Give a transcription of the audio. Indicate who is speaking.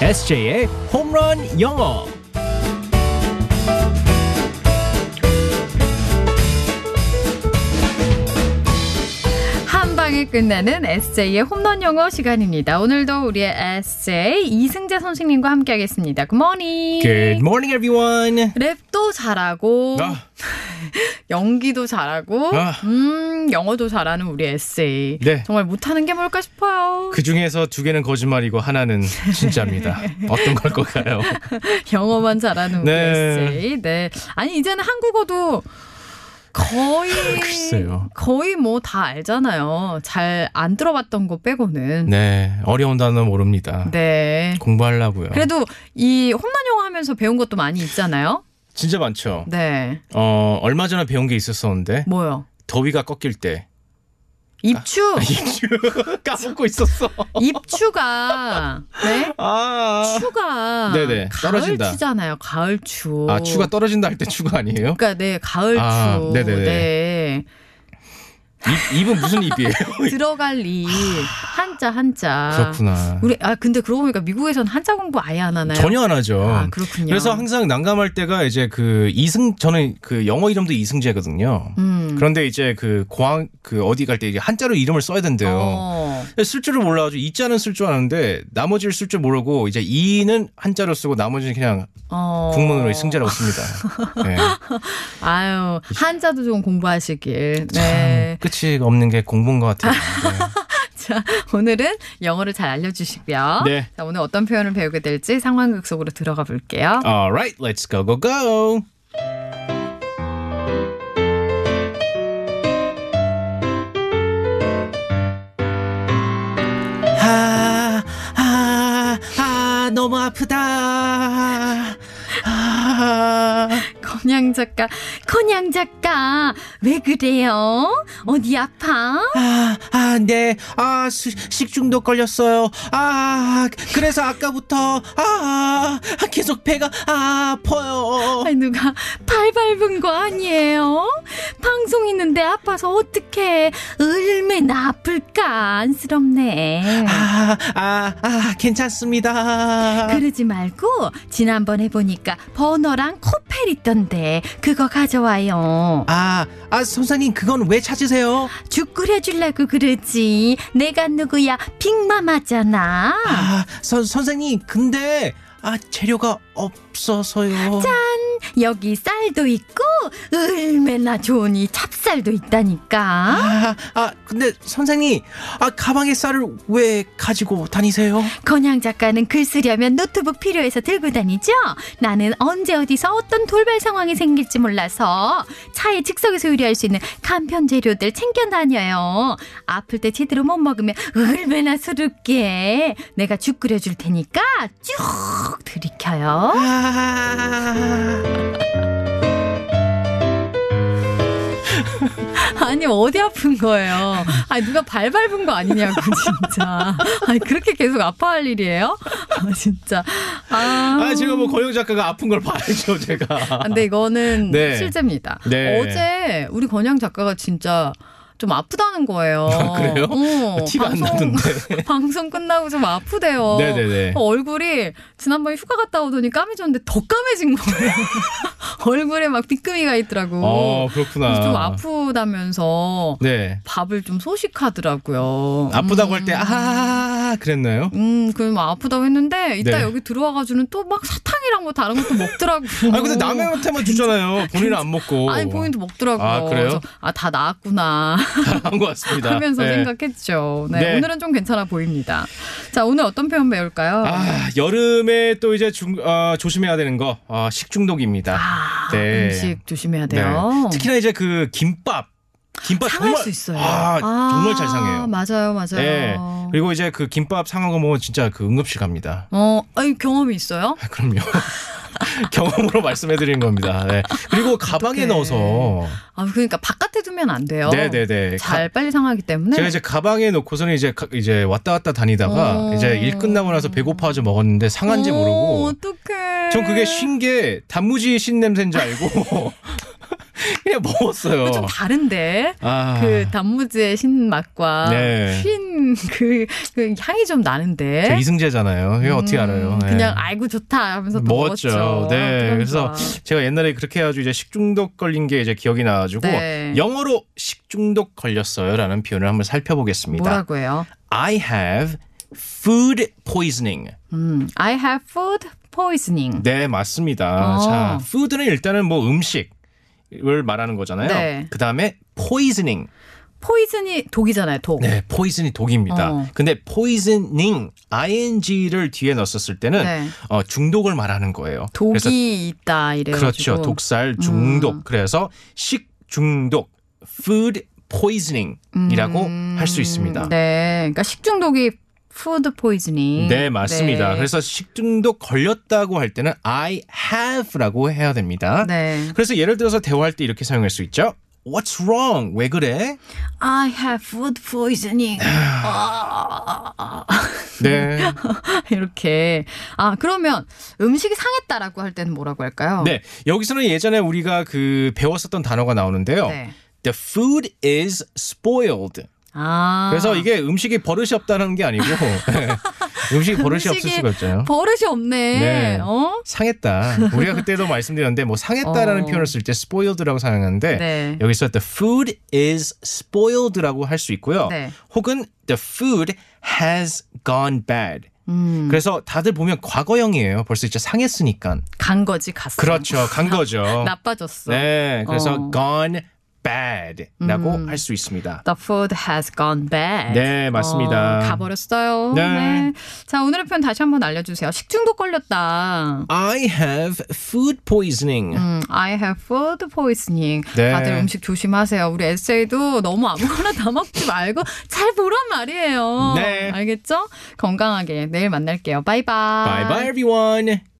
Speaker 1: SJ의 홈런 영어.
Speaker 2: 한 방에 끝나는 SJ의 홈런 영어 시간입니다. 오늘도 우리의 SJ 이승재 선생님과 함께하겠습니다. Good morning.
Speaker 1: Good morning, everyone.
Speaker 2: 랩도 잘하고
Speaker 1: 아,
Speaker 2: 연기도 잘하고
Speaker 1: 아.
Speaker 2: 음 영어도 잘하는 우리 SJ.
Speaker 1: 네.
Speaker 2: 정말 못하는 게 뭘까 싶어요.
Speaker 1: 그 중에서 두 개는 거짓말이고 하나는 진짜입니다. 어떤 걸 걸까요?
Speaker 2: 영어만 잘하는 우리
Speaker 1: 네.
Speaker 2: 에세이. 네. 아니 이제는 한국어도 거의
Speaker 1: 글쎄요.
Speaker 2: 거의 뭐 다 알잖아요. 잘 안 들어봤던 거 빼고는.
Speaker 1: 네, 어려운 단어 모릅니다.
Speaker 2: 네.
Speaker 1: 공부하려고요.
Speaker 2: 그래도 이 홈런 영어 하면서 배운 것도 많이 있잖아요.
Speaker 1: 진짜 많죠.
Speaker 2: 네.
Speaker 1: 어, 얼마 전에 배운 게 있었었는데
Speaker 2: 뭐요?
Speaker 1: 더위가 꺾일 때
Speaker 2: 입추.
Speaker 1: 까먹고 있었어.
Speaker 2: 입추가 네.
Speaker 1: 아,
Speaker 2: 추가
Speaker 1: 네네.
Speaker 2: 가을
Speaker 1: 떨어진다.
Speaker 2: 추잖아요. 가을 추.
Speaker 1: 아 추가 떨어진다 할 때 추가 아니에요?
Speaker 2: 그러니까 네, 가을
Speaker 1: 아,
Speaker 2: 추.
Speaker 1: 네네네.
Speaker 2: 네.
Speaker 1: 입, 입은 무슨 입이에요?
Speaker 2: 들어갈 일 한자 한자.
Speaker 1: 그렇구나.
Speaker 2: 우리 아 근데 그러고 보니까 미국에선 한자 공부 아예 안 하나요?
Speaker 1: 전혀 안 하죠.
Speaker 2: 아 그렇군요.
Speaker 1: 그래서 항상 난감할 때가 이제 그 이승 저는 그 영어 이름도 이승재거든요.
Speaker 2: 음.
Speaker 1: 그런데 이제 그 고항 그 어디 갈 때 이제 한자로 이름을 써야 된대요.
Speaker 2: 어.
Speaker 1: 쓸 줄을 몰라가지고 이자는 쓸 줄 아는데 나머지를 쓸 줄 모르고 이제 이는 한자로 쓰고 나머지는 그냥
Speaker 2: 어.
Speaker 1: 국문으로 승자라고 씁니다. 네.
Speaker 2: 아유 한자도 좀 공부하시길. 네.
Speaker 1: 참 끝이 없는 게 공부인 것 같아요.
Speaker 2: 자 오늘은 영어를 잘 알려주시고요.
Speaker 1: 네.
Speaker 2: 자 오늘 어떤 표현을 배우게 될지 상황극 속으로 들어가 볼게요.
Speaker 3: 아.
Speaker 1: 네. Alright, let's go go go.
Speaker 3: 아, 아, 아, 너무 아프다. 아,
Speaker 2: 건양 작가, 건양 작가 왜 그래요? 어디 아파?
Speaker 3: 아, 아, 네. 아, 수- 식중독 걸렸어요. 아, 그래서 아까부터, 아, 계속 배가 아파요.
Speaker 2: 아이 누가 발 밟은 거 아니에요? 방송 있는데 아파서 어떡해? 얼마나 아플까? 안쓰럽네.
Speaker 3: 아, 아, 아, 괜찮습니다.
Speaker 2: 그러지 말고 지난번 해보니까 버너랑 코펠 있던데 그거 가져와요.
Speaker 3: 아, 아, 선생님, 그건 왜 찾으세요?
Speaker 2: 죽 끓여주려고 그러지. 내가 누구야? 빅마마잖아.
Speaker 3: 아, 선, 선생님, 근데, 아, 재료가 없어서요.
Speaker 2: 여기 쌀도 있고 얼마나 좋으니 찹쌀도 있다니까.
Speaker 3: 아, 아, 근데 선생님, 아, 가방에 쌀을 왜 가지고 다니세요?
Speaker 2: 건양 작가는 글 쓰려면 노트북 필요해서 들고 다니죠? 나는 언제 어디서 어떤 돌발 상황이 생길지 몰라서 차에 즉석에서 요리할 수 있는 간편 재료들 챙겨 다녀요. 아플 때 제대로 못 먹으면 얼마나 수줍게 내가 죽 끓여줄 테니까 쭉 들이켜요.
Speaker 3: 아,
Speaker 2: 아니 어디 아픈 거예요? 아니 누가 발 밟은 거 아니냐고 진짜. 아니 그렇게 계속 아파할 일이에요? 아, 진짜. 음.
Speaker 1: 아, 제가 뭐 고영 작가가 아픈 걸 봐야죠, 제가.
Speaker 2: 아, 근데 이거는
Speaker 1: 네.
Speaker 2: 실제입니다.
Speaker 1: 네.
Speaker 2: 어제 우리 권양 작가가 진짜 좀 아프다는 거예요.
Speaker 1: 아, 그래요?
Speaker 2: 어,
Speaker 1: 티가 안 나던데.
Speaker 2: 방송 끝나고 좀 아프대요.
Speaker 1: 네네네.
Speaker 2: 어, 얼굴이 지난번에 휴가 갔다 오더니 까매졌는데 더 까매진 거예요. 얼굴에 막 비금이가 있더라고.
Speaker 1: 어, 그렇구나.
Speaker 2: 그래서 좀 아프다면서
Speaker 1: 네.
Speaker 2: 밥을 좀 소식하더라고요.
Speaker 1: 아프다고 할 때, 아, 그랬나요?
Speaker 2: 음, 그럼 아프다고 했는데 이따
Speaker 1: 네.
Speaker 2: 여기 들어와가지고는 또 막 사탕이랑 뭐 다른 것도 먹더라고.
Speaker 1: 아 근데 남한테만 주잖아요. 본인은 안 먹고.
Speaker 2: 음. 아니 본인도 먹더라고요.
Speaker 1: 아, 그래요?
Speaker 2: 아다 나았구나
Speaker 1: 한것 같습니다.
Speaker 2: 하면서
Speaker 1: 네.
Speaker 2: 생각했죠. 네,
Speaker 1: 네.
Speaker 2: 오늘은 좀 괜찮아 보입니다. 자 오늘 어떤 표현 배울까요?
Speaker 1: 아 여름에 또 이제 중, 아, 조심해야 되는 거 아, 식중독입니다.
Speaker 2: 아,
Speaker 1: 네.
Speaker 2: 음식 조심해야 돼요.
Speaker 1: 특히나 이제 그 김밥, 김밥
Speaker 2: 상할
Speaker 1: 정말
Speaker 2: 수 있어요.
Speaker 1: 아,
Speaker 2: 아,
Speaker 1: 정말 잘 상해요.
Speaker 2: 맞아요, 맞아요.
Speaker 1: 네. 그리고 이제 그 김밥 상한 거 먹으면 진짜 그 응급실 갑니다.
Speaker 2: 어, 아니, 경험이 있어요?
Speaker 1: 아, 그럼요. 경험으로 말씀해드리는 겁니다. 네. 그리고 가방에
Speaker 2: 어떡해.
Speaker 1: 넣어서
Speaker 2: 아, 그러니까 바깥에 두면 안 돼요.
Speaker 1: 네네네.
Speaker 2: 잘 빨리 상하기 때문에.
Speaker 1: 제가 이제 가방에 놓고서는 이제 가- 이제 왔다 갔다 다니다가
Speaker 2: 어.
Speaker 1: 이제 일 끝나고 나서 배고파서 먹었는데 상한지 모르고
Speaker 2: 어, 어떡해.
Speaker 1: 전 그게 신 게 단무지 신 냄새인 줄 알고 그냥 그냥 먹었어요.
Speaker 2: 그거 좀 다른데.
Speaker 1: 아,
Speaker 2: 그 단무지의 신맛과
Speaker 1: 네.
Speaker 2: 흰그 그 향이 좀 나는데.
Speaker 1: 저 이승재잖아요. 이거 어떻게
Speaker 2: 네? 음,
Speaker 1: 알아요? 네.
Speaker 2: 그냥 알고 좋다 하면서 또
Speaker 1: 먹었죠.
Speaker 2: 먹었죠.
Speaker 1: 네,
Speaker 2: 그러니까.
Speaker 1: 제가 옛날에 그렇게 해가지고 이제 식중독 걸린 게 이제 기억이 나가지고
Speaker 2: 네.
Speaker 1: 영어로 식중독 걸렸어요라는 표현을 한번 살펴보겠습니다.
Speaker 2: 뭐라고요?
Speaker 1: I have food poisoning.
Speaker 2: 음, I have food poisoning.
Speaker 1: 네, 맞습니다.
Speaker 2: 어.
Speaker 1: 자, food는 일단은 뭐 음식을 말하는 거잖아요.
Speaker 2: 네.
Speaker 1: 그 다음에 poisoning.
Speaker 2: 포이즌이 독이잖아요, 독.
Speaker 1: 네, poison이 독입니다.
Speaker 2: 어.
Speaker 1: 근데 poisoning, ing를 뒤에 넣었을 때는
Speaker 2: 네.
Speaker 1: 어, 중독을 말하는 거예요.
Speaker 2: 독이
Speaker 1: 그래서
Speaker 2: 있다 이래
Speaker 1: 그렇죠.
Speaker 2: 가지고.
Speaker 1: 독살 중독.
Speaker 2: 음.
Speaker 1: 그래서 식 중독, food poisoning이라고
Speaker 2: 음.
Speaker 1: 할 수 있습니다.
Speaker 2: 네. 그러니까 식중독이 푸드 포이즈닝.
Speaker 1: 네, 맞습니다. 그래서 식중독 걸렸다고 할 때는 I have라고 해야 됩니다.
Speaker 2: 네.
Speaker 1: 그래서 예를 들어서 대화할 때 이렇게 사용할 수 있죠. What's wrong? 왜 그래?
Speaker 2: I have food poisoning. 아.
Speaker 1: 네.
Speaker 2: 이렇게. 아, 그러면 음식이 상했다라고 할 때는 뭐라고 할까요?
Speaker 1: 네. 여기서는 예전에 우리가 그 배웠었던 단어가 나오는데요.
Speaker 2: 네.
Speaker 1: The food is spoiled.
Speaker 2: 아.
Speaker 1: 그래서 이게 음식이 버릇이 없다는 게 아니고 네. 음식이 버릇이 없을
Speaker 2: 음식이
Speaker 1: 수가 있잖아요.
Speaker 2: 버릇이 없네.
Speaker 1: 네.
Speaker 2: 어?
Speaker 1: 상했다. 우리가 그때도 말씀드렸는데 뭐 상했다라는
Speaker 2: 어.
Speaker 1: 표현을 쓸 때 spoiled라고 사용하는데
Speaker 2: 네.
Speaker 1: 여기서 the food is spoiled라고 할 수 있고요.
Speaker 2: 네.
Speaker 1: 혹은 the food has gone bad.
Speaker 2: 음.
Speaker 1: 그래서 다들 보면 과거형이에요. 벌써 이제 상했으니까.
Speaker 2: 간 거지 갔어.
Speaker 1: 그렇죠. 간 거죠.
Speaker 2: 나빠졌어.
Speaker 1: 네. 그래서
Speaker 2: 어. 음.
Speaker 1: gone bad라고 할 수 있습니다.
Speaker 2: The food has gone bad.
Speaker 1: 네, 맞습니다.
Speaker 2: 어, 가버렸어요.
Speaker 1: 네.
Speaker 2: 자, 오늘의 표현 다시 한번 알려주세요. 식중독 걸렸다.
Speaker 1: I have food poisoning.
Speaker 2: 음, I have food poisoning.
Speaker 1: 네.
Speaker 2: 다들 음식 조심하세요. 우리 에세이도 너무 아무거나 다 먹지 말고 잘 보란 말이에요.
Speaker 1: 네.
Speaker 2: 알겠죠? 건강하게 내일 만날게요. 바이바이.
Speaker 1: Bye bye everyone.